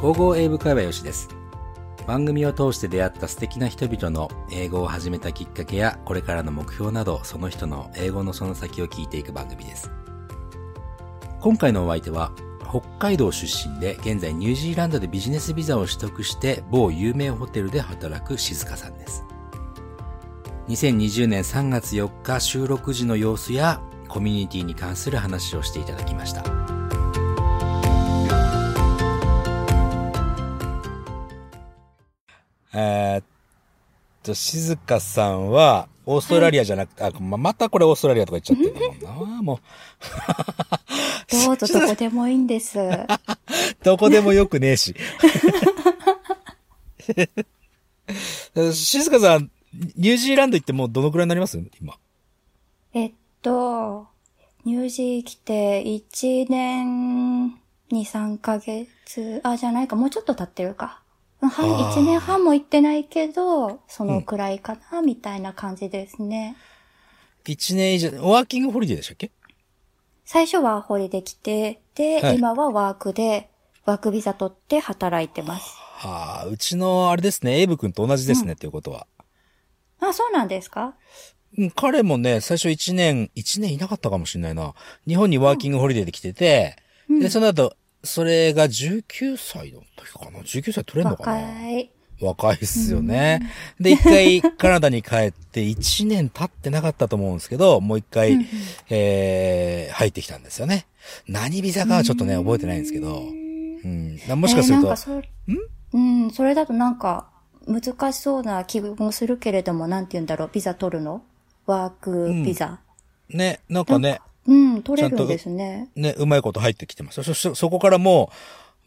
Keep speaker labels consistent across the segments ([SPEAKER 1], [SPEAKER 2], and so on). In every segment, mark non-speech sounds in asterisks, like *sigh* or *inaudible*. [SPEAKER 1] 総合英語会話よしです番組を通して出会った素敵な人々の英語を始めたきっかけやこれからの目標などその人の英語のその先を聞いていく番組です今回のお相手は北海道出身で現在ニュージーランドでビジネスビザを取得して某有名ホテルで働く静香さんです2020年3月4日収録時の様子やコミュニティに関する話をしていただきましたえーっと、静香さんは、オーストラリアじゃなくて、あ、ま、またこれオーストラリアとか言っちゃってるも
[SPEAKER 2] *laughs*
[SPEAKER 1] んな、もう。
[SPEAKER 2] どうぞどこでもいいんです。
[SPEAKER 1] *laughs* どこでもよくねえ
[SPEAKER 2] *laughs*
[SPEAKER 1] し。静香さん、ニュージーランド行ってもうどのくらいになります今。
[SPEAKER 2] えっと、ニュージー来て1年2、3ヶ月、あ、じゃないか、もうちょっと経ってるか。うんは
[SPEAKER 1] あ
[SPEAKER 2] い、
[SPEAKER 1] ー
[SPEAKER 2] 1年半も行ってないけど、そのくらいかな、みたいな感じですね。
[SPEAKER 1] 1年以上、ワーキングホリデーでしたっけ
[SPEAKER 2] 最初はホリで来て、で、
[SPEAKER 1] はい
[SPEAKER 2] 今はワークで、ワークビザ取って働いてます。
[SPEAKER 1] はあ、うちの、あれですね、エイブ君と同じですね、ということは。
[SPEAKER 2] あ、そうなんですか
[SPEAKER 1] うん彼もね、最初1年、1年いなかったかもしれないな。日本にワーキングホリデーで来てて、
[SPEAKER 2] うん
[SPEAKER 1] で、その後、それが19歳の時かな ?19 歳取れんのかな
[SPEAKER 2] 若い。
[SPEAKER 1] 若いっすよね。で、一回カナダに帰って1年経ってなかったと思うんですけど、もう一回、
[SPEAKER 2] うんうん
[SPEAKER 1] えー、入ってきたんですよね。何ビザかはちょっとね、覚えてないんですけど。うん。なも
[SPEAKER 2] も
[SPEAKER 1] しかする
[SPEAKER 2] えー、なん
[SPEAKER 1] と
[SPEAKER 2] か、それうん、それだとなんか、難しそうな気もするけれども、なんて言うんだろう、ビザ取るのワークビザ。
[SPEAKER 1] ね、なんかね、
[SPEAKER 2] うん、取れ
[SPEAKER 1] ちゃん
[SPEAKER 2] るん
[SPEAKER 1] と
[SPEAKER 2] ですね。
[SPEAKER 1] ね、うまいこと入ってきてますよ。そ、そ、そこからも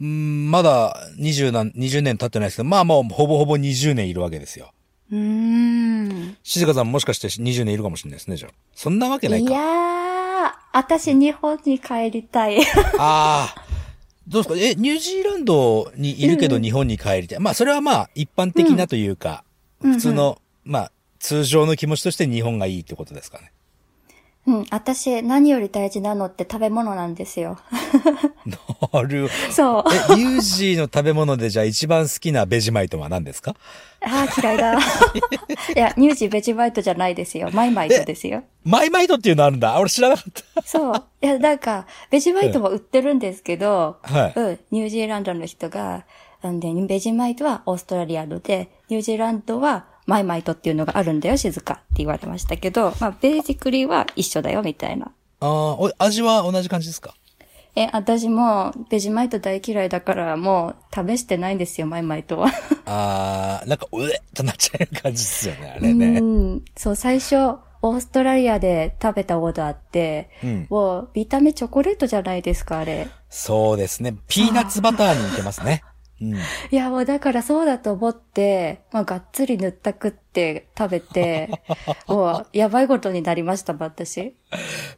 [SPEAKER 1] う、うんまだ20何、20年経ってないですけど、まあもうほぼほぼ20年いるわけですよ。
[SPEAKER 2] うーん。
[SPEAKER 1] 静香さんもしかして20年いるかもしれないですね、じゃあ。そんなわけない
[SPEAKER 2] い
[SPEAKER 1] か。
[SPEAKER 2] や
[SPEAKER 1] あ
[SPEAKER 2] ー、私日本に帰り
[SPEAKER 1] *laughs*
[SPEAKER 2] たい。
[SPEAKER 1] あー。どうですかえ、ニュージーランドにいるけど
[SPEAKER 2] うん
[SPEAKER 1] 日本に帰りたい。まあそれはまあ一般的なというか、
[SPEAKER 2] うん
[SPEAKER 1] 普通の、まあ通常の気持ちとして日本がいいってことですかね。
[SPEAKER 2] うん、私何より大事なのって食べ物なんで
[SPEAKER 1] *laughs*
[SPEAKER 2] すよ。
[SPEAKER 1] なる
[SPEAKER 2] そう。
[SPEAKER 1] え、
[SPEAKER 2] *laughs*
[SPEAKER 1] ニュージーの食べ物でじゃあ一番好きなベジマイトは何ですか
[SPEAKER 2] あー、嫌
[SPEAKER 1] *laughs*
[SPEAKER 2] いだ。いや、乳児ベジバイトじゃないですよ。マイマイトですよ。
[SPEAKER 1] マイマイトっていうのあるんだ。俺知らなかった。
[SPEAKER 2] そう。いや、なんか、ベジマイトも売ってるんですけど、
[SPEAKER 1] はい
[SPEAKER 2] うん、ニュージーランドの人が、なんで、ベジマイトはオーストラリアので、ニュージーランドはマイマイトっていうのがあるんだよ、静かって言われましたけど、まあ、ベーシクリーは一緒だよ、みたいな。
[SPEAKER 1] ああ、お味は同じ感じですか
[SPEAKER 2] え、私も、ベジマイト大嫌いだから、もう、試してないんですよ、マイマイトは。
[SPEAKER 1] ああ、なんか、うえっとなっちゃう感じですよね、あ
[SPEAKER 2] う
[SPEAKER 1] れね。
[SPEAKER 2] ん。そう、最初、オーストラリアで食べたオーダーって、
[SPEAKER 1] うん
[SPEAKER 2] もう、見た目チョコレートじゃないですか、あれ。
[SPEAKER 1] そうですね。ピーナッツバターに似てますね。うん。
[SPEAKER 2] いや、もうだからそうだと思って、まあ、がっつり塗ったくって食べ
[SPEAKER 1] *laughs*
[SPEAKER 2] て、もう、やばいことになりました、私。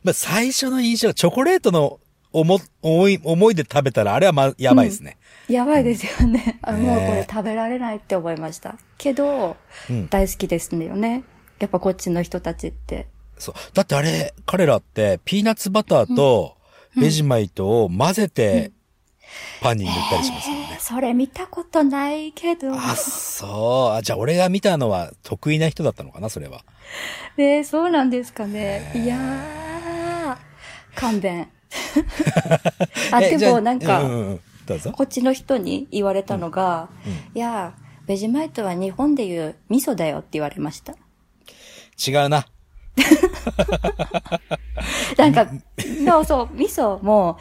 [SPEAKER 1] まあ、最初の印象、チョコレートの思、思い、思いで食べたら、あれはま、やばいですね。
[SPEAKER 2] やばいですよね。あもう
[SPEAKER 1] ねえ
[SPEAKER 2] これ食べられないって思いました。けど、
[SPEAKER 1] うん
[SPEAKER 2] 大好きですよね。やっぱこっちの人たちって。
[SPEAKER 1] そう。だってあれ、彼らって、ピーナッツバターと、ベジマイトを混ぜて、パンに塗ったりしますよね。
[SPEAKER 2] えーそれ見たことないけど。
[SPEAKER 1] あ、そう。あじゃあ、俺が見たのは、得意な人だったのかな、それは。
[SPEAKER 2] ねえそうなんですかね。いやー、
[SPEAKER 1] *laughs*
[SPEAKER 2] 勘弁。あ、
[SPEAKER 1] え
[SPEAKER 2] で
[SPEAKER 1] じゃ
[SPEAKER 2] もなんか、
[SPEAKER 1] ううんうん、どうぞ。
[SPEAKER 2] こっちの人に言われたのが、いや、ベジマイトは日本でいう味噌だよって言われました。 *laughs*
[SPEAKER 1] 違うな。
[SPEAKER 2] なんか、そうそう、味噌も、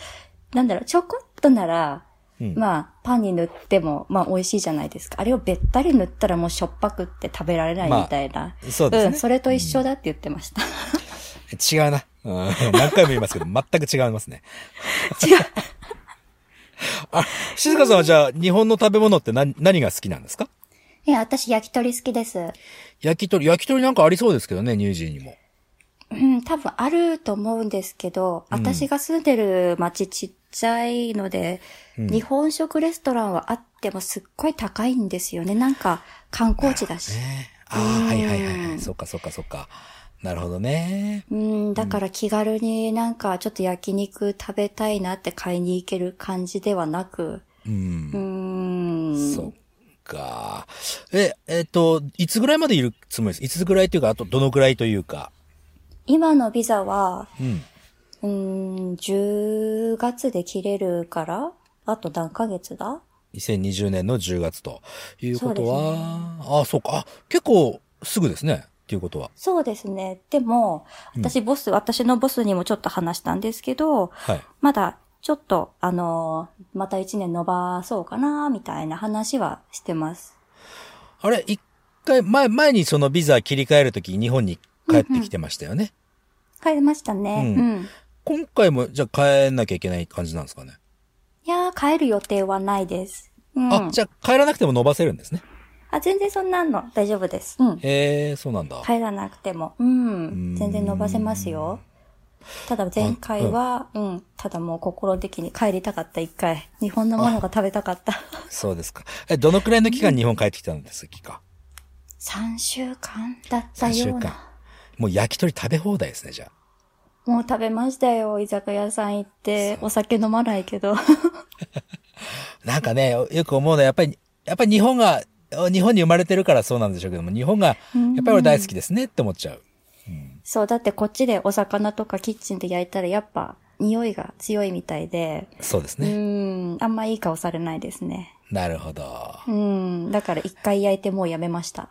[SPEAKER 2] なんだろう、ちょこっとなら、
[SPEAKER 1] うん
[SPEAKER 2] まあ、パンに塗っても、まあ、美味しいじゃないですか。あれをべったり塗ったらもうしょっぱくって食べられないみたいな。
[SPEAKER 1] あそうですね
[SPEAKER 2] ん、それと一緒だって言ってました。
[SPEAKER 1] 違うな。うん、何回も言いますけど、 *laughs* 全く違いますね。
[SPEAKER 2] *laughs* 違う。
[SPEAKER 1] あ、静香さんはじゃあ、日本の食べ物って何、何が好きなんですか
[SPEAKER 2] いや、私焼き鳥好きです。
[SPEAKER 1] 焼き鳥、焼き鳥なんかありそうですけどね、ニュージーにも。
[SPEAKER 2] うん、多分あると思うんですけど、私が住んでる町ちっちゃいので、日本食レストランはあってもすっごい高いんですよね。なんか観光地だし。
[SPEAKER 1] ねああ、はいはいはいは
[SPEAKER 2] う
[SPEAKER 1] い。
[SPEAKER 2] ん
[SPEAKER 1] そっかそっかそっか。なるほどね。
[SPEAKER 2] うん、だから気軽になんかちょっと焼肉食べたいなって買いに行ける感じではなく、
[SPEAKER 1] うん。
[SPEAKER 2] うーん、うん。
[SPEAKER 1] そっか。え、えっ、と、いつぐらいまでいるつもりですいつぐらいというか、あとどのぐらいというか。
[SPEAKER 2] 今のビザは、
[SPEAKER 1] うん。
[SPEAKER 2] うーん、10月で切れるから、あと何ヶ月だ
[SPEAKER 1] 2020年の10月ということ
[SPEAKER 2] そうです
[SPEAKER 1] は、あ、そうか。あ、結構すぐですね。っていうことは。
[SPEAKER 2] そうですね。でも、私ボス、私のボスにもちょっと話したんですけど、
[SPEAKER 1] はい。
[SPEAKER 2] まだちょっと、あのーまた1年伸ばそうかな、みたいな話はしてます。
[SPEAKER 1] あれ、一回、前、前にそのビザ切り替えるとき日本に帰ってきてましたよね。
[SPEAKER 2] 変えました
[SPEAKER 1] う
[SPEAKER 2] ね。うんん。
[SPEAKER 1] 今回も、じゃあ帰んなきゃいけない感じなんですかね。
[SPEAKER 2] いやー、変える予定はないです。うん。
[SPEAKER 1] あ、じゃあ帰らなくても伸ばせるんですね。
[SPEAKER 2] あ全然そんなの大丈夫です。うん。
[SPEAKER 1] へえ、そうなんだ。
[SPEAKER 2] 帰らなくても。う
[SPEAKER 1] うん
[SPEAKER 2] ん。全然伸ばせますよ。ただ前回は、うん。ただもう心的に帰りたかった一回。日本のものが食べたかった。
[SPEAKER 1] そうですか。え、どのくらいの期間日本帰ってきたんですか
[SPEAKER 2] 3週間だった
[SPEAKER 1] 3週
[SPEAKER 2] よう
[SPEAKER 1] 間
[SPEAKER 2] な。。
[SPEAKER 1] もう焼き鳥食べ放題ですね、じゃあ。
[SPEAKER 2] もう食べましたよ。居酒屋さん行って。お酒飲まないけ
[SPEAKER 1] *laughs*
[SPEAKER 2] ど。
[SPEAKER 1] なんかね、よく思うのは、やっぱり、やっぱり日本が、日本に生まれてるからそうなんでしょうけども、日本が、やっぱり俺大好きですねって思っちゃう。
[SPEAKER 2] そう、だってこっちでお魚とかキッチンで焼いたらやっぱ匂いが強いみたいで、
[SPEAKER 1] そうです
[SPEAKER 2] う
[SPEAKER 1] ね。
[SPEAKER 2] ん、あんまいい顔されないですね。
[SPEAKER 1] なるほど。
[SPEAKER 2] うん、だから一回焼いてもうやめました。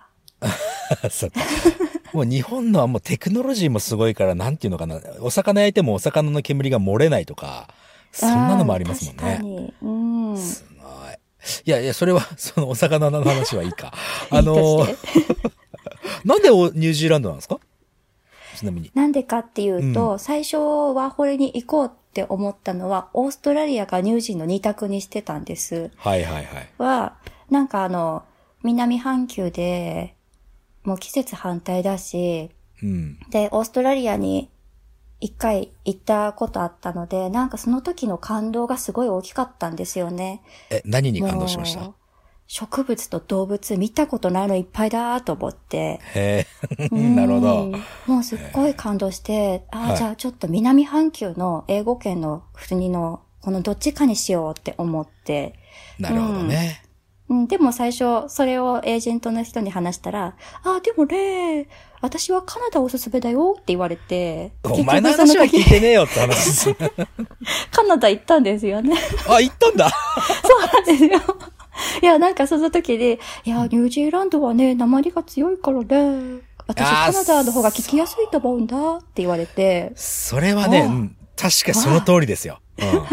[SPEAKER 1] *laughs* そうか。もう日本のはもうテクノロジーもすごいから、なんていうのかな。お魚焼いてもお魚の煙が漏れないとか、そんなのもありますもん
[SPEAKER 2] あー確か
[SPEAKER 1] ね。
[SPEAKER 2] に。うん。
[SPEAKER 1] すごい。いやいや、それは、 *laughs* そのお魚の話はいいか。あ
[SPEAKER 2] *laughs* いい
[SPEAKER 1] の
[SPEAKER 2] と、して
[SPEAKER 1] なんでおニュージーランドなんですかちなみに。
[SPEAKER 2] なんでかっていうと、
[SPEAKER 1] う
[SPEAKER 2] 最初はこれに行こうって思ったのは、オーストラリアかニュージーの二択にしてたんです。
[SPEAKER 1] はいはいはい。
[SPEAKER 2] は、なんかあの、南半球で、もう季節反対だし、
[SPEAKER 1] うん。
[SPEAKER 2] で、オーストラリアに一回行ったことあったので、なんかその時の感動がすごい大きかったんですよね。
[SPEAKER 1] え、何に感動しまし
[SPEAKER 2] も
[SPEAKER 1] た
[SPEAKER 2] う植物と動物見たことないのいっぱいだと思って。
[SPEAKER 1] へえ、 *laughs* なるほ
[SPEAKER 2] う
[SPEAKER 1] ど
[SPEAKER 2] ん。。もうすっごい感動して、あ
[SPEAKER 1] は
[SPEAKER 2] あ、
[SPEAKER 1] い
[SPEAKER 2] じゃあちょっと南半球の英語圏の国のこのどっちかにしようって思って。
[SPEAKER 1] なるほどね。
[SPEAKER 2] うん、でも最初、それをエージェントの人に話したら、ああ、でもね、私はカナダおすすめだよって言われて、
[SPEAKER 1] お前の
[SPEAKER 2] 結局
[SPEAKER 1] 話
[SPEAKER 2] そ
[SPEAKER 1] は
[SPEAKER 2] の
[SPEAKER 1] 聞い
[SPEAKER 2] 時
[SPEAKER 1] てねえよって話です。
[SPEAKER 2] *laughs* カナダ行ったんですよね。 *laughs*
[SPEAKER 1] あ、行ったんだ。
[SPEAKER 2] そうなんですよ。いや、なんかその時で、いや、ニュージーランドはね、鉛が強いからね、私
[SPEAKER 1] あー
[SPEAKER 2] カナダの方が聞きやすいと思うんだって言われて、
[SPEAKER 1] それはね、
[SPEAKER 2] ああ
[SPEAKER 1] うん確かにその通りですよ。うん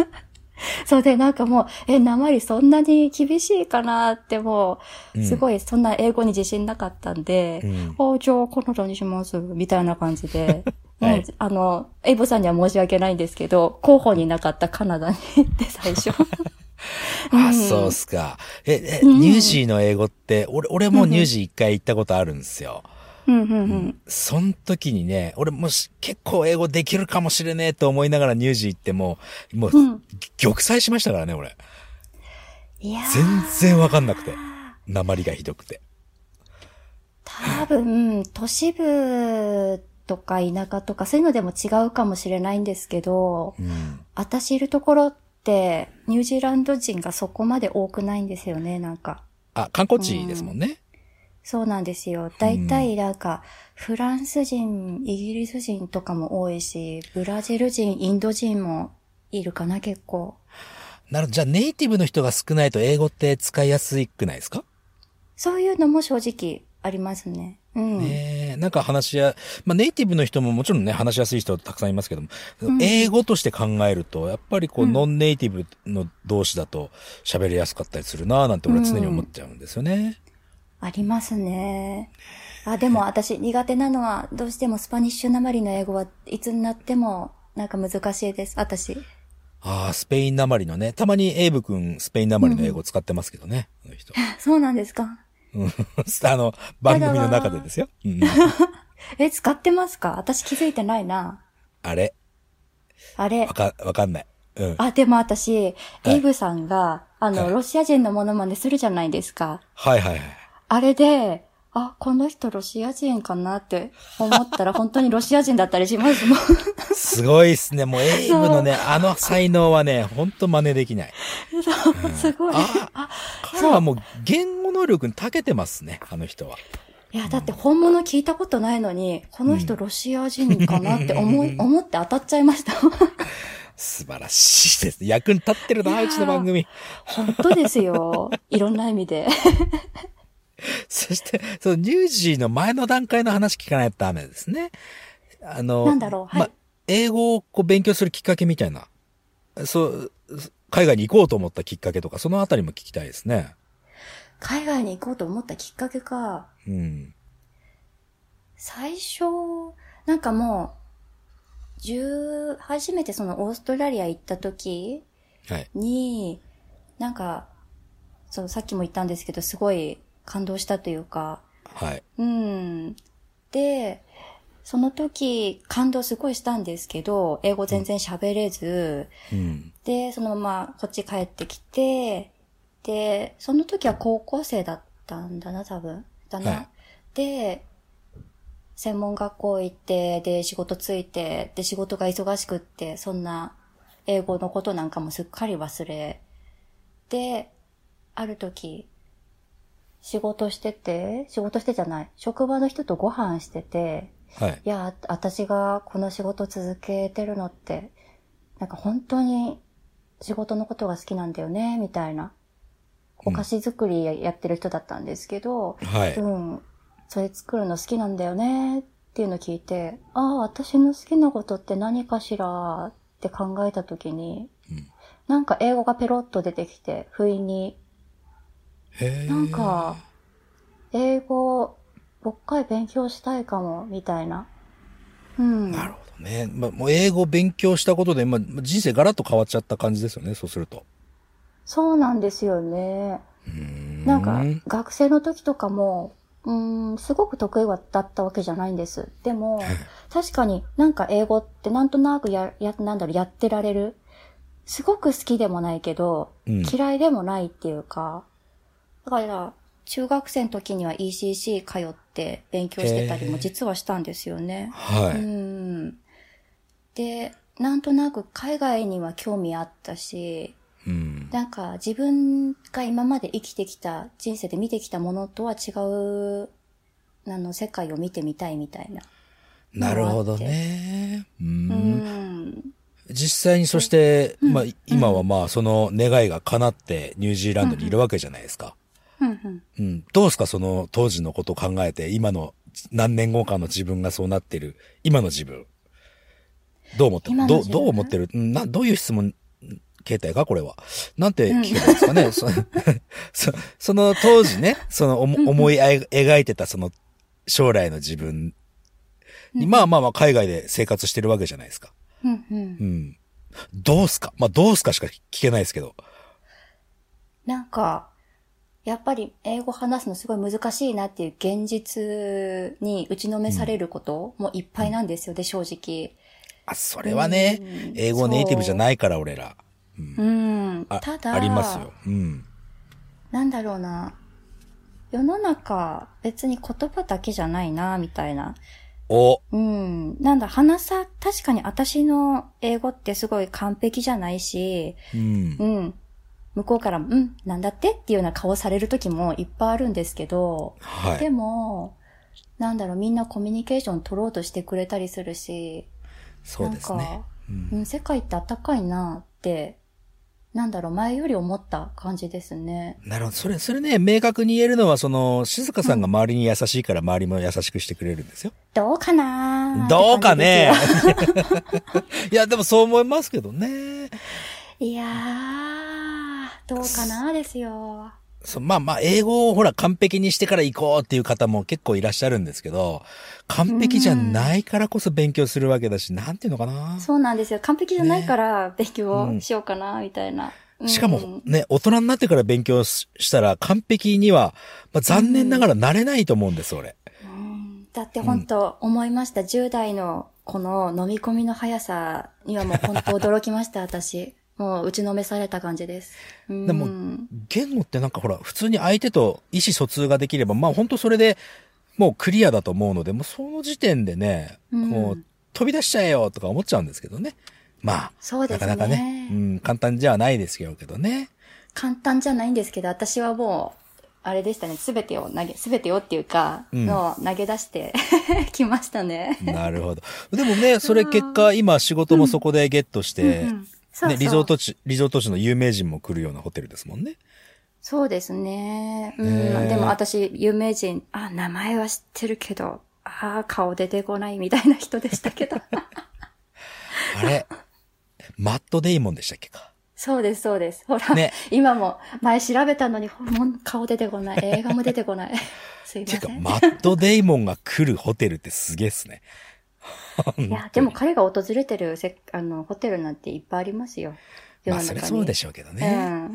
[SPEAKER 2] そうで、なんかもう、え、鉛そんなに厳しいかなっても
[SPEAKER 1] う
[SPEAKER 2] う、
[SPEAKER 1] ん
[SPEAKER 2] すごいそんな英語に自信なかったんで、
[SPEAKER 1] うん
[SPEAKER 2] あじゃあカナダにします、みたいな感
[SPEAKER 1] *laughs*
[SPEAKER 2] じで、
[SPEAKER 1] はい
[SPEAKER 2] うんあの、エイボさんには申し訳ないんですけど、候補になかったカナダに行って最
[SPEAKER 1] *laughs*
[SPEAKER 2] 初。
[SPEAKER 1] あ、そうっすか。え、え、
[SPEAKER 2] うん
[SPEAKER 1] ニュージーの英語って、俺、俺もニュージー一回行ったことあるんですよ。
[SPEAKER 2] うんうんうん。
[SPEAKER 1] そん時にね、俺もし結構英語できるかもしれねえと思いながらニュージー行ってもう、もう、
[SPEAKER 2] うん
[SPEAKER 1] 玉砕しましたからね、俺。
[SPEAKER 2] いやー
[SPEAKER 1] 全然わかんなくて。鉛がひどくて。
[SPEAKER 2] 多分、都市部とか田舎とかそういうのでも違うかもしれないんですけど、
[SPEAKER 1] うん。
[SPEAKER 2] 私いるところって、ニュージーランド人がそこまで多くないんですよね、なんか。
[SPEAKER 1] あ、観光地ですもんね。
[SPEAKER 2] そうなんですよ。大体なんか、フランス人、イギリス人とかも多いし、ブラジル人、インド人もいるかな、結構。
[SPEAKER 1] なるほど。じゃあネイティブの人が少ないと英語って使いやすくないですか
[SPEAKER 2] そういうのも正直ありますね。うん。
[SPEAKER 1] ねえ、なんか話しや、まあネイティブの人ももちろんね、話しやすい人たくさんいますけども、
[SPEAKER 2] うん
[SPEAKER 1] 英語として考えると、やっぱりこう、
[SPEAKER 2] うん
[SPEAKER 1] ノンネイティブの同士だと喋りやすかったりするなぁなんて俺は常に思っちゃうんですよね。
[SPEAKER 2] ありますね。あ、でも私苦手なのは、どうしてもスパニッシュなまりの英語はいつになっても、なんか難しいです、 *laughs* 私。
[SPEAKER 1] ああ、スペインなまりのね、たまにエイブ君、スペインなまりの英語使ってますけどね、あの人。
[SPEAKER 2] そうなんですか
[SPEAKER 1] うん *laughs* あの、番組の中でですよ。うん
[SPEAKER 2] え、使ってますか私気づいてないな。
[SPEAKER 1] あれ、
[SPEAKER 2] あれ
[SPEAKER 1] わ。か、わかんない。うん。
[SPEAKER 2] あ、でも私、
[SPEAKER 1] はい
[SPEAKER 2] エイブさんが、あ
[SPEAKER 1] は
[SPEAKER 2] の、
[SPEAKER 1] い
[SPEAKER 2] ロシア人のモノマネするじゃないですか。
[SPEAKER 1] はいはいはい。
[SPEAKER 2] あれで、あ、この人ロシア人かなって思っ
[SPEAKER 1] *laughs*
[SPEAKER 2] たら本当にロシア人だったりしますもん。
[SPEAKER 1] すごいっすね。もうエイブのね、あの才能はね、ほんと真似できない。
[SPEAKER 2] そうすごい。
[SPEAKER 1] あ
[SPEAKER 2] あ、
[SPEAKER 1] 彼はもう言語能力に長けてますね、あの人は。
[SPEAKER 2] いや、だって本物聞いたことないのに、この人ロシア人かなって思い、思って当たっちゃいました。
[SPEAKER 1] 素晴らしいです。役に立ってる
[SPEAKER 2] い
[SPEAKER 1] な、
[SPEAKER 2] やー
[SPEAKER 1] うちの番組。
[SPEAKER 2] 本当ですよ。いろんな意味で。
[SPEAKER 1] そして、そのニュージーの前の段階の話聞かないとダメですね。あの、
[SPEAKER 2] なんだろうはい
[SPEAKER 1] ま、英語をこう勉強するきっかけみたいな。そう、海外に行こうと思ったきっかけとか、そのあたりも聞きたいですね。
[SPEAKER 2] 海外に行こうと思ったきっかけか。
[SPEAKER 1] うん。
[SPEAKER 2] 最初、なんかもう、十、初めてそのオーストラリア行った時
[SPEAKER 1] はい。
[SPEAKER 2] に、なんか、そのさっきも言ったんですけど、すごい感動したというか、
[SPEAKER 1] はい。
[SPEAKER 2] うん。で、その時、感動すごいしたんですけど、英語全然喋れず、
[SPEAKER 1] うん。
[SPEAKER 2] で、そのままこっち帰ってきて、で、その時は高校生だったんだな、多分。だな。
[SPEAKER 1] はい
[SPEAKER 2] で、専門学校行って、で、仕事ついて、で、仕事が忙しくって、そんな、英語のことなんかもすっかり忘れ。で、ある時、仕事してて、仕事してじゃない、職場の人とご飯してて、
[SPEAKER 1] はい。
[SPEAKER 2] いや、あ私がこの仕事続けてるのって、なんか本当に仕事のことが好きなんだよね、みたいな。お菓子作りやってる人だったんですけど、
[SPEAKER 1] はい。
[SPEAKER 2] うん、それ作るの好きなんだよね、っていうのを聞いて、ああ、私の好きなことって何かしらって考えたときに、
[SPEAKER 1] うん
[SPEAKER 2] なんか英語がペロッと出てきて、不意に、
[SPEAKER 1] へー
[SPEAKER 2] なんか、英語、もう一回勉強したいかも、みたいな。うん。
[SPEAKER 1] なるほどね。まあ、もう英語勉強したことで、まあ、人生ガラッと変わっちゃった感じですよね、そうすると。
[SPEAKER 2] そうなんですよね。
[SPEAKER 1] な
[SPEAKER 2] なんか、学生の時とかも、うーん、すごく得意はだったわけじゃないんです。でも、確かになんか英語ってなんとなくや、や、なんだろう、やってられる。すごく好きでもないけど、
[SPEAKER 1] うん
[SPEAKER 2] 嫌いでもないっていうか、だから、中学生の時には ECC 通って勉強してたりも実はしたんですよね。
[SPEAKER 1] は
[SPEAKER 2] う
[SPEAKER 1] い。
[SPEAKER 2] ん。で、なんとなく海外には興味あったし、
[SPEAKER 1] うん。
[SPEAKER 2] なんか自分が今まで生きてきた人生で見てきたものとは違うあの世界を見てみたいみたいな。
[SPEAKER 1] なるほどね。う。
[SPEAKER 2] うんん。
[SPEAKER 1] 実際にそして、
[SPEAKER 2] うん
[SPEAKER 1] まあ
[SPEAKER 2] うん、
[SPEAKER 1] 今はまあ、その願いが叶ってニュージーランドにいるわけじゃないですか。
[SPEAKER 2] うんうん。
[SPEAKER 1] うん。どうですかその当時のことを考えて、今の何年後かの自分がそうなってる、今の自分。どう思ってる
[SPEAKER 2] 今の
[SPEAKER 1] どう、
[SPEAKER 2] 自分
[SPEAKER 1] どう思ってるうんな、どういう質問、形態かこれは。なんて聞けばいいですかね、そ *laughs* そその当時ね、その思思い描いてたその将来の自分に、まあまあまあ海外で生活してるわけじゃないですか。
[SPEAKER 2] うんう。
[SPEAKER 1] うんん。どうすかまあどうすかしか聞けないですけど。
[SPEAKER 2] なんか、やっぱり英語話すのすごい難しいなっていう現実に打ちのめされることもいっぱいなんですよね、正直。
[SPEAKER 1] あ、それはね
[SPEAKER 2] うん、
[SPEAKER 1] 英語ネイティブじゃないから俺ら。
[SPEAKER 2] うん。
[SPEAKER 1] あ
[SPEAKER 2] ただ、
[SPEAKER 1] ありますよ。うん。
[SPEAKER 2] なんだろうな。世の中、別に言葉だけじゃないな、みたいな。
[SPEAKER 1] お、
[SPEAKER 2] うん。なんだ、話さ、確かに私の英語ってすごい完璧じゃないし、
[SPEAKER 1] うん
[SPEAKER 2] う。ん。向こうから、うん、なんだってっていうような顔される時もいっぱいあるんですけど、
[SPEAKER 1] は
[SPEAKER 2] で
[SPEAKER 1] い。
[SPEAKER 2] も、なんだろう、みんなコミュニケーション取ろうとしてくれたりするし、
[SPEAKER 1] そうです
[SPEAKER 2] なん
[SPEAKER 1] ね
[SPEAKER 2] か。、
[SPEAKER 1] うん
[SPEAKER 2] うん、世界ってあったかいなって、なんだろう、前より思った感じですね。
[SPEAKER 1] なるほど。それ、それね、明確に言えるのは、その、静香さんが周りに優しいから、周りも優しくしてくれるんですよ。
[SPEAKER 2] どうかな
[SPEAKER 1] どうかね
[SPEAKER 2] って感じですよ *laughs*
[SPEAKER 1] いや、でもそう思いますけどね。
[SPEAKER 2] いやー、どうかなですよ。
[SPEAKER 1] そうまあまあ、英語をほら、完璧にしてから行こうっていう方も結構いらっしゃるんですけど、完璧じゃないからこそ勉強するわけだし、なんていうのかな。
[SPEAKER 2] そうなんですよ。完璧じゃないから勉強しようかな、みたいな。うん
[SPEAKER 1] しかも、ね、大人になってから勉強ししたら、完璧には、まあ、残念ながらなれないと思うんです、俺。
[SPEAKER 2] うんだって本当思いました。10代のこの飲み込みの速さにはもう本当驚きました、私。
[SPEAKER 1] *laughs*
[SPEAKER 2] もう打ちのめされた感じです。うん、
[SPEAKER 1] でも言語ってなんかほら、普通に相手と意思疎通ができれば、まあ本当それでもうクリアだと思うので、もうその時点でね、
[SPEAKER 2] うん
[SPEAKER 1] もう飛び出しちゃえよとか思っちゃうんですけどね。ま
[SPEAKER 2] そう
[SPEAKER 1] あ、
[SPEAKER 2] で
[SPEAKER 1] な
[SPEAKER 2] す
[SPEAKER 1] か
[SPEAKER 2] ね。
[SPEAKER 1] なかね、うん、簡単じゃないですけどね。
[SPEAKER 2] 簡単じゃないんですけど、私はもう、あれでしたね、すべてを投げ、すべてをっていうか、
[SPEAKER 1] うん
[SPEAKER 2] のを投げ出して *laughs* きましたね。
[SPEAKER 1] なるほど。でもね、それ結果、今仕事もそこでゲットして、
[SPEAKER 2] うんうんそう
[SPEAKER 1] ね、
[SPEAKER 2] そう
[SPEAKER 1] リゾート地、リゾート地の有名人も来るようなホテルですもんね。
[SPEAKER 2] そうですね。う
[SPEAKER 1] ねえ
[SPEAKER 2] ん。でも私、有名人、あ、名前は知ってるけど、あー顔出てこないみたいな人でした
[SPEAKER 1] *laughs*
[SPEAKER 2] けど。
[SPEAKER 1] あれ、マットデイモンでしたっけか。
[SPEAKER 2] そうです、そうです。ほら、
[SPEAKER 1] ね
[SPEAKER 2] 今も、前調べたのに、ほもう顔出てこない。映画も出て
[SPEAKER 1] *laughs*
[SPEAKER 2] こない。すいま
[SPEAKER 1] て
[SPEAKER 2] せ
[SPEAKER 1] か、
[SPEAKER 2] ん。
[SPEAKER 1] マットデイモンが来るホテルってすげえっすね。
[SPEAKER 2] いや、でも彼が訪れてるせあのホテルなんていっぱいありますよ。世
[SPEAKER 1] まあ、
[SPEAKER 2] の
[SPEAKER 1] そ
[SPEAKER 2] 中に。
[SPEAKER 1] りゃそうでしょうけど
[SPEAKER 2] う
[SPEAKER 1] ね。
[SPEAKER 2] ん。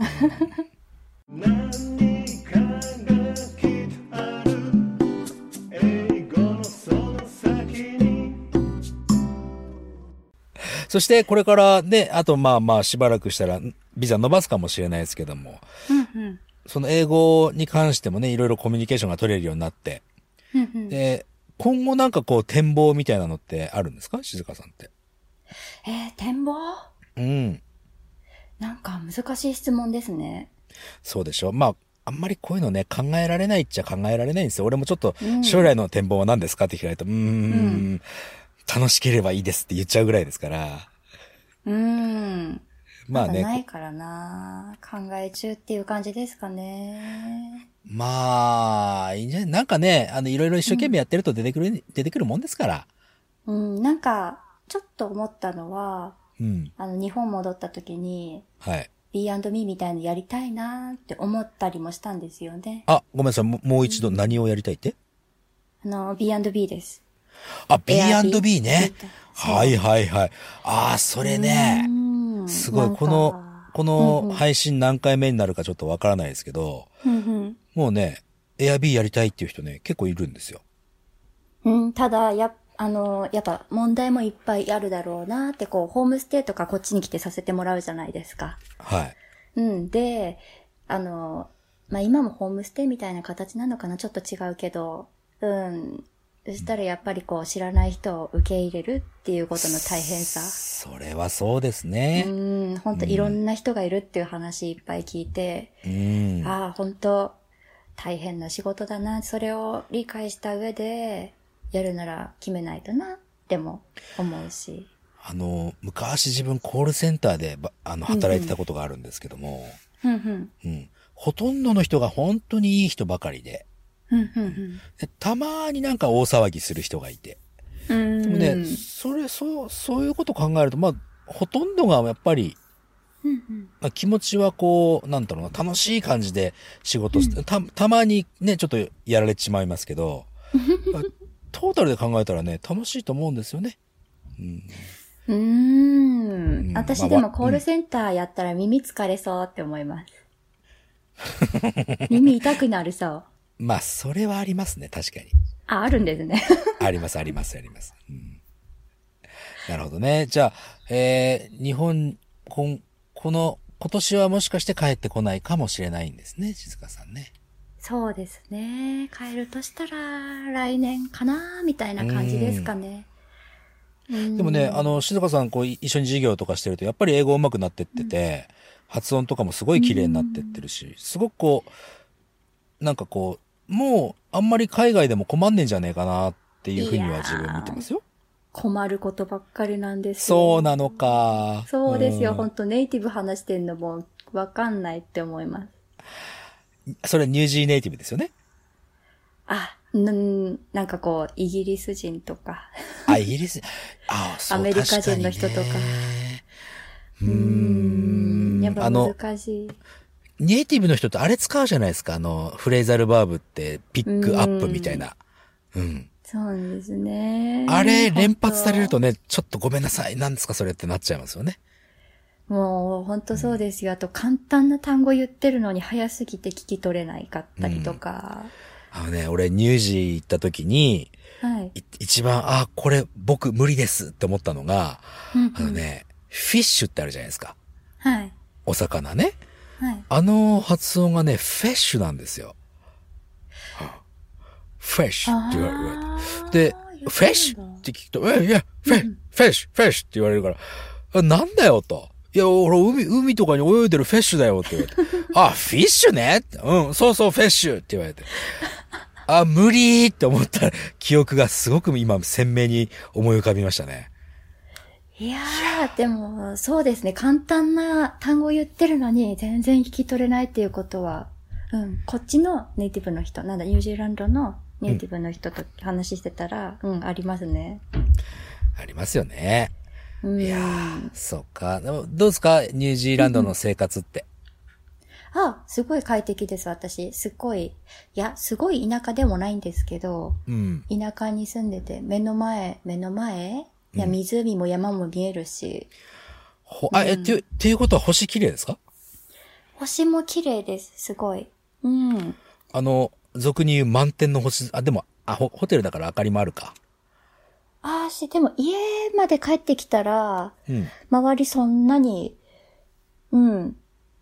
[SPEAKER 3] 何かがきっとある英語のその先に
[SPEAKER 1] そして、これからね、あとまあまあ、しばらくしたら、ビザ伸ばすかもしれないですけども、
[SPEAKER 2] うんうん。
[SPEAKER 1] その英語に関してもね、いろいろコミュニケーションが取れるようになって、
[SPEAKER 2] うんうん
[SPEAKER 1] で、今後なんかこう展望みたいなのってあるんですか静香さんって。
[SPEAKER 2] えー、展望
[SPEAKER 1] うん。
[SPEAKER 2] なんか難しい質問ですね。
[SPEAKER 1] そうでしょ。まあ、あんまりこういうのね、考えられないっちゃ考えられないんですよ。俺もちょっと
[SPEAKER 2] う、ん
[SPEAKER 1] 将来の展望は何ですかって聞かれると、うーん、楽しければいいですって言っちゃうぐらいですから。
[SPEAKER 2] うーん。
[SPEAKER 1] まあ
[SPEAKER 2] まだな
[SPEAKER 1] ね、
[SPEAKER 2] いからな。考え中っていう感じですかね。
[SPEAKER 1] まあ、いいんじゃないなんかね、あの、いろいろ一生懸命やってると出てくる、出てくるもんですから。
[SPEAKER 2] うん、なんか、ちょっと思ったのは、
[SPEAKER 1] うん。
[SPEAKER 2] あの、日本戻った時に、
[SPEAKER 1] はい。
[SPEAKER 2] B&B みたいのやりたいなーって思ったりもしたんですよね。
[SPEAKER 1] あ、ごめんなさい。ももう一度何をやりたいって
[SPEAKER 2] あの、B&B です。
[SPEAKER 1] あ、
[SPEAKER 2] Airbnb
[SPEAKER 1] B&B ね。
[SPEAKER 2] そう
[SPEAKER 1] はいはいはい。ああ、それね。
[SPEAKER 2] うん
[SPEAKER 1] すご。
[SPEAKER 2] ないんか
[SPEAKER 1] この、こ
[SPEAKER 2] うん
[SPEAKER 1] の
[SPEAKER 2] うん
[SPEAKER 1] 配信何回目になるかちょっとわからないですけど、
[SPEAKER 2] うん
[SPEAKER 1] もうね、エアビーやりたいっていう人ね、結構いるんですよ。
[SPEAKER 2] うん、うん、ただ、や、あの、やっぱ問題もいっぱいあるだろうなーって、こう、ホームステイとかこっちに来てさせてもらうじゃないですか。
[SPEAKER 1] はい。
[SPEAKER 2] うん、で、あの、まあ、今もホームステイみたいな形なのかな、ちょっと違うけど、うん。そしたらやっぱりこう、知らない人を受け入れるっていうことの大変さ。
[SPEAKER 1] それはそうですね
[SPEAKER 2] う。ん、本当いろんな人がいるっていう話いっぱい聞いて、
[SPEAKER 1] うん。
[SPEAKER 2] ああ、本当大変な仕事だな、それを理解した上で、やるなら決めないとな、でも思うし。
[SPEAKER 1] あの、昔自分コールセンターでば、あの、働いてたことがあるんですけども、
[SPEAKER 2] うんうん。
[SPEAKER 1] うん、ほとんどの人が本当にいい人ばかりで、
[SPEAKER 2] うんうん
[SPEAKER 1] でたまになんか大騒ぎする人がいて。
[SPEAKER 2] うん。
[SPEAKER 1] でもね、それ、そう、そういうこと考えると、まあ、ほとんどがやっぱり、
[SPEAKER 2] うんうん。
[SPEAKER 1] まあ気持ちはこう、なんだろうな、楽しい感じで仕事して、た、たまにね、ちょっとやられてしまいますけ
[SPEAKER 2] *laughs*
[SPEAKER 1] ど、まあトータルで考えたらね、楽しいと思うんですよね。うん、
[SPEAKER 2] うー。
[SPEAKER 1] うんん
[SPEAKER 2] 私でもコールセンターやったら耳疲れそうって思います。 *laughs* 耳痛くなるそう。
[SPEAKER 1] まあ、それはありますね、確かに。
[SPEAKER 2] あ、あるんですね。
[SPEAKER 1] あります、あります、あります。うんなるほどね。じゃあ、えー、日本、こん、この、今年はもしかして帰ってこないかもしれないんですね、静香さんね。
[SPEAKER 2] *laughs* そうですね。帰るとしたら来年かなみたいな感じですかね。
[SPEAKER 1] で
[SPEAKER 2] で
[SPEAKER 1] もね、あの、静香さん、こう、い一緒に授業とかしてると、やっぱり英語上手くなってってて、発音とかもすごい綺麗になってってるし、すごくこう、なんかこう、もう、あんまり海外でも困んねえんじゃねえかなっていうふうには自分見てますよ。
[SPEAKER 2] 困ることばっかりなんですよ。
[SPEAKER 1] そうなのか。
[SPEAKER 2] そうですよ。
[SPEAKER 1] ん
[SPEAKER 2] ほんとネイティブ話してんのもわかんないって思います。
[SPEAKER 1] それニュージーネイティブですよね。
[SPEAKER 2] あ、なんなんかこう、イギリス人とか。
[SPEAKER 1] あ、イギリス、あ、そう
[SPEAKER 2] アメリカ人の人とか。
[SPEAKER 1] 確にねうー
[SPEAKER 2] うん
[SPEAKER 1] ん。
[SPEAKER 2] やっぱ
[SPEAKER 1] あの、
[SPEAKER 2] 難しい。
[SPEAKER 1] ネイティブの人ってあれ使うじゃないですか。あの、フレーザルバーブって、ピックアップみたいな。うん。
[SPEAKER 2] そうですね。
[SPEAKER 1] あれ、連発されるとね、ちょっとごめんなさい、なんですかそれってなっちゃいますよね。
[SPEAKER 2] もう、本当そうですよ。あと、簡単な単語言ってるのに早すぎて聞き取れないかったりとか。
[SPEAKER 1] あのね、俺、ニュージー行った時に、
[SPEAKER 2] はい。
[SPEAKER 1] い一番、あ、これ、僕無理ですって思ったのが、
[SPEAKER 2] うんうん
[SPEAKER 1] あのね、フィッシュってあるじゃないですか。
[SPEAKER 2] はい。
[SPEAKER 1] お魚ね。
[SPEAKER 2] はい。
[SPEAKER 1] あの発音がね、フェッシュなんですよ。フェッシュって言われる。で、フェッシュって聞くと、え、いや、フェッ、フェッシュ、フェッシュって言われるから、あなんだよと。いや、俺、海、海とかに泳いでるフェッシュだよって言わ *laughs* れて。あ、フィッシュねってうん、そうそう、フェッシュって言われて。あ、無理って思った記憶がすごく今鮮明に思い浮かびましたね。
[SPEAKER 2] いやー、でも、そうですね。簡単な単語言ってるのに、全然聞き取れないっていうことは、うん。こっちのネイティブの人、なんだ、ニュージーランドのネイティブの人と話してたら、うん、ありますね。
[SPEAKER 1] ありますよね。
[SPEAKER 2] うん。
[SPEAKER 1] いやー、そっか。でもどうですかニュージーランドの生活って。
[SPEAKER 2] あ、すごい快適です、私。すっごい。いや、すごい田舎でもないんですけど、
[SPEAKER 1] うん。
[SPEAKER 2] 田舎に住んでて、目の前、目の前いや、
[SPEAKER 1] うん
[SPEAKER 2] 湖も山も見えるし、
[SPEAKER 1] ほ、あ、え、っていう、っていうことは星綺麗ですか
[SPEAKER 2] 星も綺麗です、すごい。うん。
[SPEAKER 1] あの、俗に言う満点の星、あ、でも、あ、ホホテルだから明かりもあるか。
[SPEAKER 2] ああ、し、でも家まで帰ってきたら、
[SPEAKER 1] うん。
[SPEAKER 2] 周りそんなに、うん、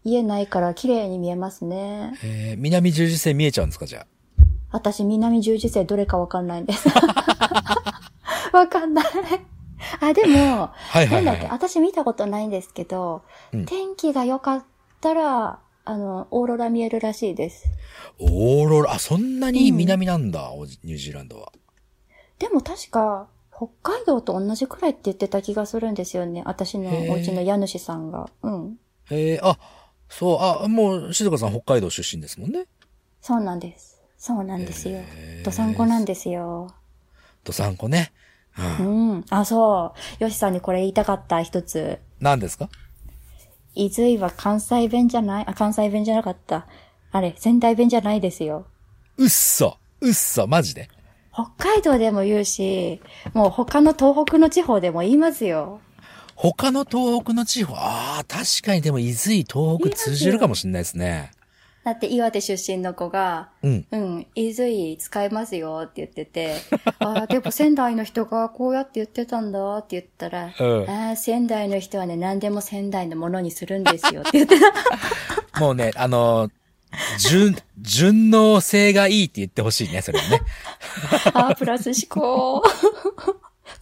[SPEAKER 2] 家ないから綺麗に見えますね。
[SPEAKER 1] えー、南十字星見えちゃうんですかじゃ
[SPEAKER 2] 私、南十字星どれかわかんないんです。 *laughs* わかんない。あ、でも、
[SPEAKER 1] あ。はいは
[SPEAKER 2] ないん
[SPEAKER 1] は
[SPEAKER 2] だ
[SPEAKER 1] い
[SPEAKER 2] っけ、
[SPEAKER 1] はい。
[SPEAKER 2] 私見たことないんですけど、
[SPEAKER 1] うん
[SPEAKER 2] 天気が良かったら、あの、オーロラ見えるらしいです。
[SPEAKER 1] オーロラ、あ、そんなに南なんだ、おニュージーランドは。
[SPEAKER 2] でも確か、北海道と同じくらいって言ってた気がするんですよね。私の
[SPEAKER 1] へー
[SPEAKER 2] お家の家主さんが。うん。
[SPEAKER 1] えー、あ、そう、あ、もう、静香さん北海道出身ですもんね。
[SPEAKER 2] そうなんです。そうなんですよ
[SPEAKER 1] へー。
[SPEAKER 2] どさんこなんですよ。
[SPEAKER 1] どさんこね。
[SPEAKER 2] う
[SPEAKER 1] うん。
[SPEAKER 2] ん。あ、そう。よしさんにこれ言いたかった一つ。
[SPEAKER 1] 何ですか
[SPEAKER 2] 伊豆いは関西弁じゃないあ、関西弁じゃなかった。あれ、仙台弁じゃないですよ。
[SPEAKER 1] うっそ、うっそ、マジで。
[SPEAKER 2] 北海道でも言うし、もう他の東北の地方でも言いますよ。
[SPEAKER 1] 他の東北の地方、ああ、確かにでも、伊豆東北通じるかもしれないですね。
[SPEAKER 2] だって岩手出身の子が、
[SPEAKER 1] うん。
[SPEAKER 2] うん、伊豆い使いますよって言っ
[SPEAKER 1] *laughs*
[SPEAKER 2] てて、ああ、でも仙台の人がこうやって言ってたんだって言ったら、
[SPEAKER 1] うん
[SPEAKER 2] ああ、仙台の人はね、何でも仙台のものにするんですよって言ってた。
[SPEAKER 1] もうね、あの、順、順応性がいいって言ってほしいね、それはね。 *laughs*
[SPEAKER 2] ああ、プラス思考。 *laughs*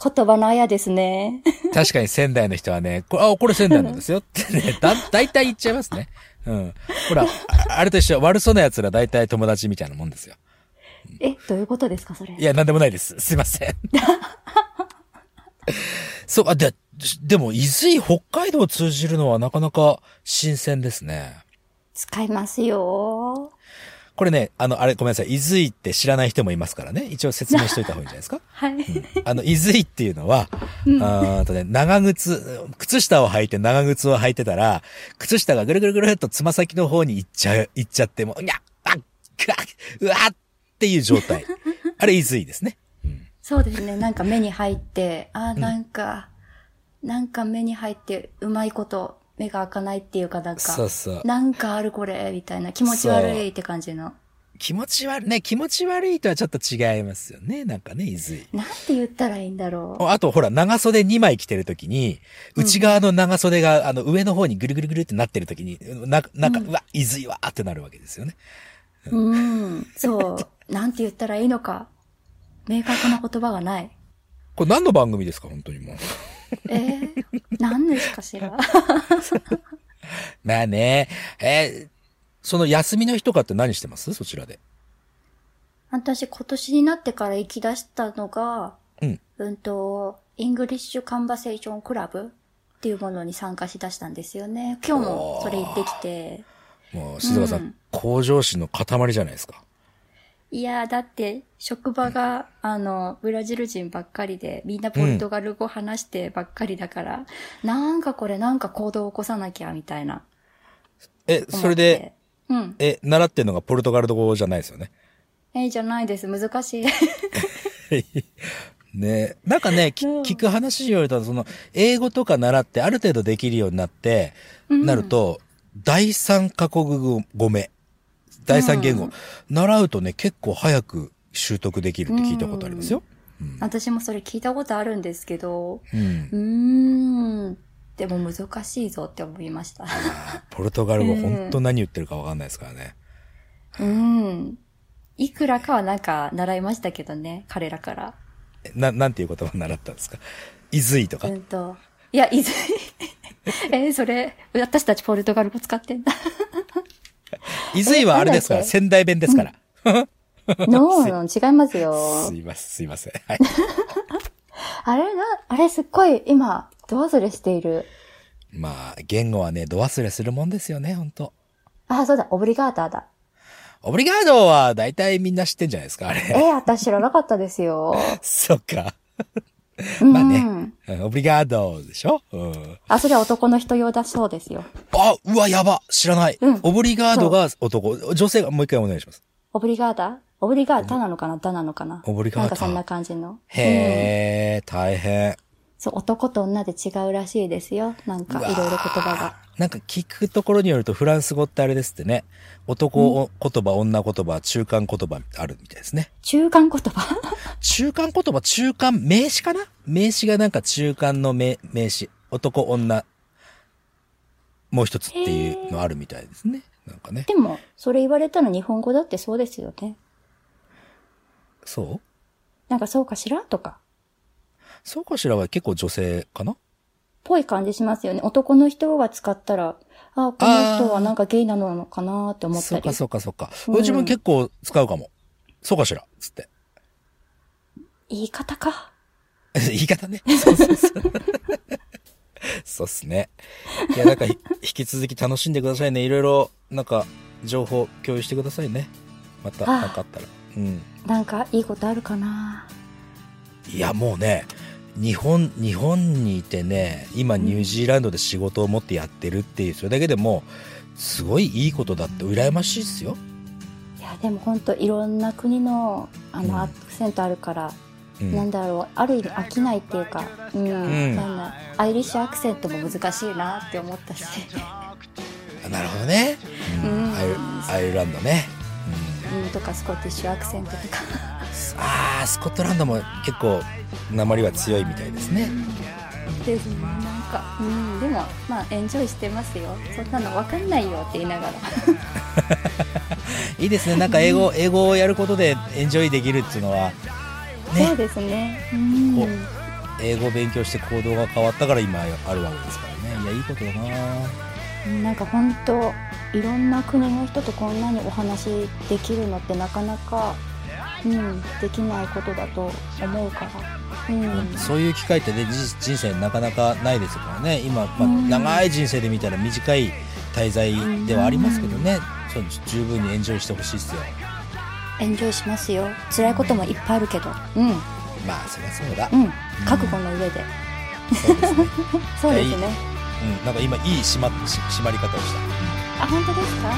[SPEAKER 2] 言葉のあやですね。
[SPEAKER 1] 確かに仙台の人はね、これ、あ、これ仙台なんですよってね、だ、大体言っちゃいますね。うん。ほら、ああれと一緒、悪そうな奴ら大体友達みたいなもんですよ。
[SPEAKER 2] え、どういうことですか、それ。
[SPEAKER 1] いや、なんでもないです。すいません。そう、あ、で、でも、伊豆、北海道を通じるのはなかなか新鮮ですね。
[SPEAKER 2] 使いますよ。
[SPEAKER 1] これね、あの、あれ、ごめんなさい。伊豆って知らない人もいますからね。一応説明しといた方がいいんじゃないですか。
[SPEAKER 2] はい。
[SPEAKER 1] あの、伊豆っていうのは、あーとね、長靴、靴下を履いて長靴を履いてたら、靴下がぐるぐるぐるっとつま先の方に行っちゃう、行っちゃっても、にゃっ、あっ、くわっ、うわっっていう状 *laughs* 態。あれ、伊豆ですね。
[SPEAKER 2] そうですね。なんか目に入って、ああ、なんか、なんか目に入って、うまいこと、目が開かないっていうかなんか、
[SPEAKER 1] そうそう
[SPEAKER 2] なんかあるこれ、みたいな、気持ち悪いって感じの。
[SPEAKER 1] 気持ち悪い、ね、気持ち悪いとはちょっと違いますよね。なんかね、伊豆。
[SPEAKER 2] なんて言ったらいいんだろう。
[SPEAKER 1] あと、ほら、長袖2枚着てるときに、内側の長袖が、あの、上の方にぐるぐるぐるってなってるときに、な、なんか、うわ、いずいわーってなるわけですよね。
[SPEAKER 2] うん、そう。なんて言ったらいいのか。明確な言葉がない。
[SPEAKER 1] これ何の番組ですか、本当にもう。
[SPEAKER 2] え
[SPEAKER 1] *laughs*
[SPEAKER 2] ー、何ですかしら。 *laughs*
[SPEAKER 1] まあね、えーその休みの日とかって何してますそちらで。
[SPEAKER 2] 私今年になってから行き出したのが、
[SPEAKER 1] うん。
[SPEAKER 2] うんと、イングリッシュカンバセーションクラブっていうものに参加しだしたんですよね。今日もそれ行ってきて。
[SPEAKER 1] もう、静岡さん、
[SPEAKER 2] うん
[SPEAKER 1] 向上心の塊じゃないですか。
[SPEAKER 2] いやー、だって、職場が、あの、ブラジル人ばっかりで、みんなポルトガル語話してばっかりだから、なんかこれ、なんか行動を起こさなきゃ、みたいな。
[SPEAKER 1] え、それで、
[SPEAKER 2] 思って。うん。
[SPEAKER 1] え、習ってるのがポルトガル語じゃないですよね。
[SPEAKER 2] えーじゃないです。難しい。
[SPEAKER 1] ねなんかね、き聞く話によると、その、英語とか習って、ある程度できるようになって、なると、第三カ国語語目、第三言語、習うとね、結構早く習得できるって聞いたことありますよ。
[SPEAKER 2] 私もそれ聞いたことあるんですけど、
[SPEAKER 1] うん。
[SPEAKER 2] うーん。でも難しいぞって思いました。
[SPEAKER 1] ポルトガル語本当何言ってるかわかんないですからね。
[SPEAKER 2] うん。いくらかはなんか習いましたけどね、彼らから。
[SPEAKER 1] えな、なんていう言葉習ったんですかイズイとか
[SPEAKER 2] う。んと。いや、いず *laughs* えーそれ、私たちポルトガル語使ってん
[SPEAKER 1] *laughs*
[SPEAKER 2] だ。
[SPEAKER 1] イズイはあれですから、
[SPEAKER 2] なんだっけ
[SPEAKER 1] 仙台弁ですから。
[SPEAKER 2] ノー、違いますよ。
[SPEAKER 1] すいません、すいません。はい。
[SPEAKER 2] あれな、あれすっごい今、ど忘れしている。
[SPEAKER 1] まあ、言語はね、度忘れするもんですよね、本当
[SPEAKER 2] あ、そうだ、オブリガーターだ。
[SPEAKER 1] オブリガードは大体みんな知ってんじゃないですか、あ
[SPEAKER 2] え
[SPEAKER 1] れ。
[SPEAKER 2] ー、私知らなかったですよ。
[SPEAKER 1] そっか。
[SPEAKER 2] う
[SPEAKER 1] *laughs*
[SPEAKER 2] ん
[SPEAKER 1] まあね。うんオブリガードでしょうん。
[SPEAKER 2] あ、それは男の人用だそうですよ。
[SPEAKER 1] あ、うわ、やば知らない。
[SPEAKER 2] うん
[SPEAKER 1] オブリガードが男、女性がもう一回お願いします。
[SPEAKER 2] オブリガーターオブリガータなのかなダなのかな
[SPEAKER 1] オブリガータ
[SPEAKER 2] なんかそんな感じの。うん
[SPEAKER 1] へー、大変。
[SPEAKER 2] そう、男と女で違うらしいですよ。なんか、いろいろ言葉が。
[SPEAKER 1] なんか聞くところによるとフランス語ってあれですってね。男言葉、女言葉、中間言葉あるみたいですね。
[SPEAKER 2] 中間言葉 *laughs*
[SPEAKER 1] 中間言葉、中間、名詞かな名詞がなんか中間の名名詞。男、女、もう一つっていうのあるみたいですね。なんかね。
[SPEAKER 2] でも、それ言われたら日本語だってそうですよね。
[SPEAKER 1] そう
[SPEAKER 2] なんか、そうかしらとか。
[SPEAKER 1] そうかしらは結構女性かな
[SPEAKER 2] ぽい感じしますよね。男の人が使ったら、あ、この人はなんかゲイなのかなって思っ
[SPEAKER 1] そ
[SPEAKER 2] た
[SPEAKER 1] う
[SPEAKER 2] り
[SPEAKER 1] か。そうかそうか。
[SPEAKER 2] うん
[SPEAKER 1] 自分結構使うかも。そうかしらつって。
[SPEAKER 2] 言い方か。
[SPEAKER 1] *laughs* 言い方ね。そうそうそう。そうっすね。いや、なんかひ、引き続き楽しんでくださいね。いろいろ、なんか、情報共有してくださいね。また、
[SPEAKER 2] ああ
[SPEAKER 1] なんかあったら。うん。
[SPEAKER 2] なんか、いいことあるかない
[SPEAKER 1] や、もうね、日本、日本にいてね、今、ニュージーランドで仕事を持ってやってるっていう、それだけでも、すごいいいことだって、羨ましいっすよ。
[SPEAKER 2] いや、でもほんといろんな国の、あ
[SPEAKER 1] うん
[SPEAKER 2] の、アクセントあるから、
[SPEAKER 1] う
[SPEAKER 2] なん
[SPEAKER 1] ん。
[SPEAKER 2] だろう、ある意味飽きないっていうか、うん、
[SPEAKER 1] ん
[SPEAKER 2] なんだ、アイリッシュアクセントも難しいなって思ったし。
[SPEAKER 1] あなるほどね。う
[SPEAKER 2] うん
[SPEAKER 1] ん。アイルアイルランドね。
[SPEAKER 2] うん、とかスコティッシュアクセントとか。
[SPEAKER 1] うん。ああ、スコットランドも結構、鉛は強いみたいですね。
[SPEAKER 2] ですね。なんか、うん、でも、まあ、エンジョイしてますよ。そんなのわかんないよって言いながら。
[SPEAKER 1] いいですね。なんか英語、英語をやることでエンジョイできるっていうのは、
[SPEAKER 2] そう
[SPEAKER 1] ね、
[SPEAKER 2] ですね。うん
[SPEAKER 1] こ。う英語を勉強して行動が変わったから今あるわけですからね。いや、いいことだな
[SPEAKER 2] なんか本当いろんな国の人とこんなにお話できるのってなかなか、うん、できないことだと思うから、うん、
[SPEAKER 1] そういう機会ってね、じ人生なかなかないですからね。今、まあ
[SPEAKER 2] うん
[SPEAKER 1] 長い人生で見たら短い滞在ではありますけどね。そう十分にエンジョイしてほしいですよ。
[SPEAKER 2] エンジョイしますよ辛いこともいっぱいあるけどうん
[SPEAKER 1] まあ、そりゃそうだ。
[SPEAKER 2] うん覚悟の上で、
[SPEAKER 1] そうですね。
[SPEAKER 2] *laughs* そうですね
[SPEAKER 1] *laughs* うん。なんか今、いい締ま、し締まり方をした。
[SPEAKER 2] あ本当ですか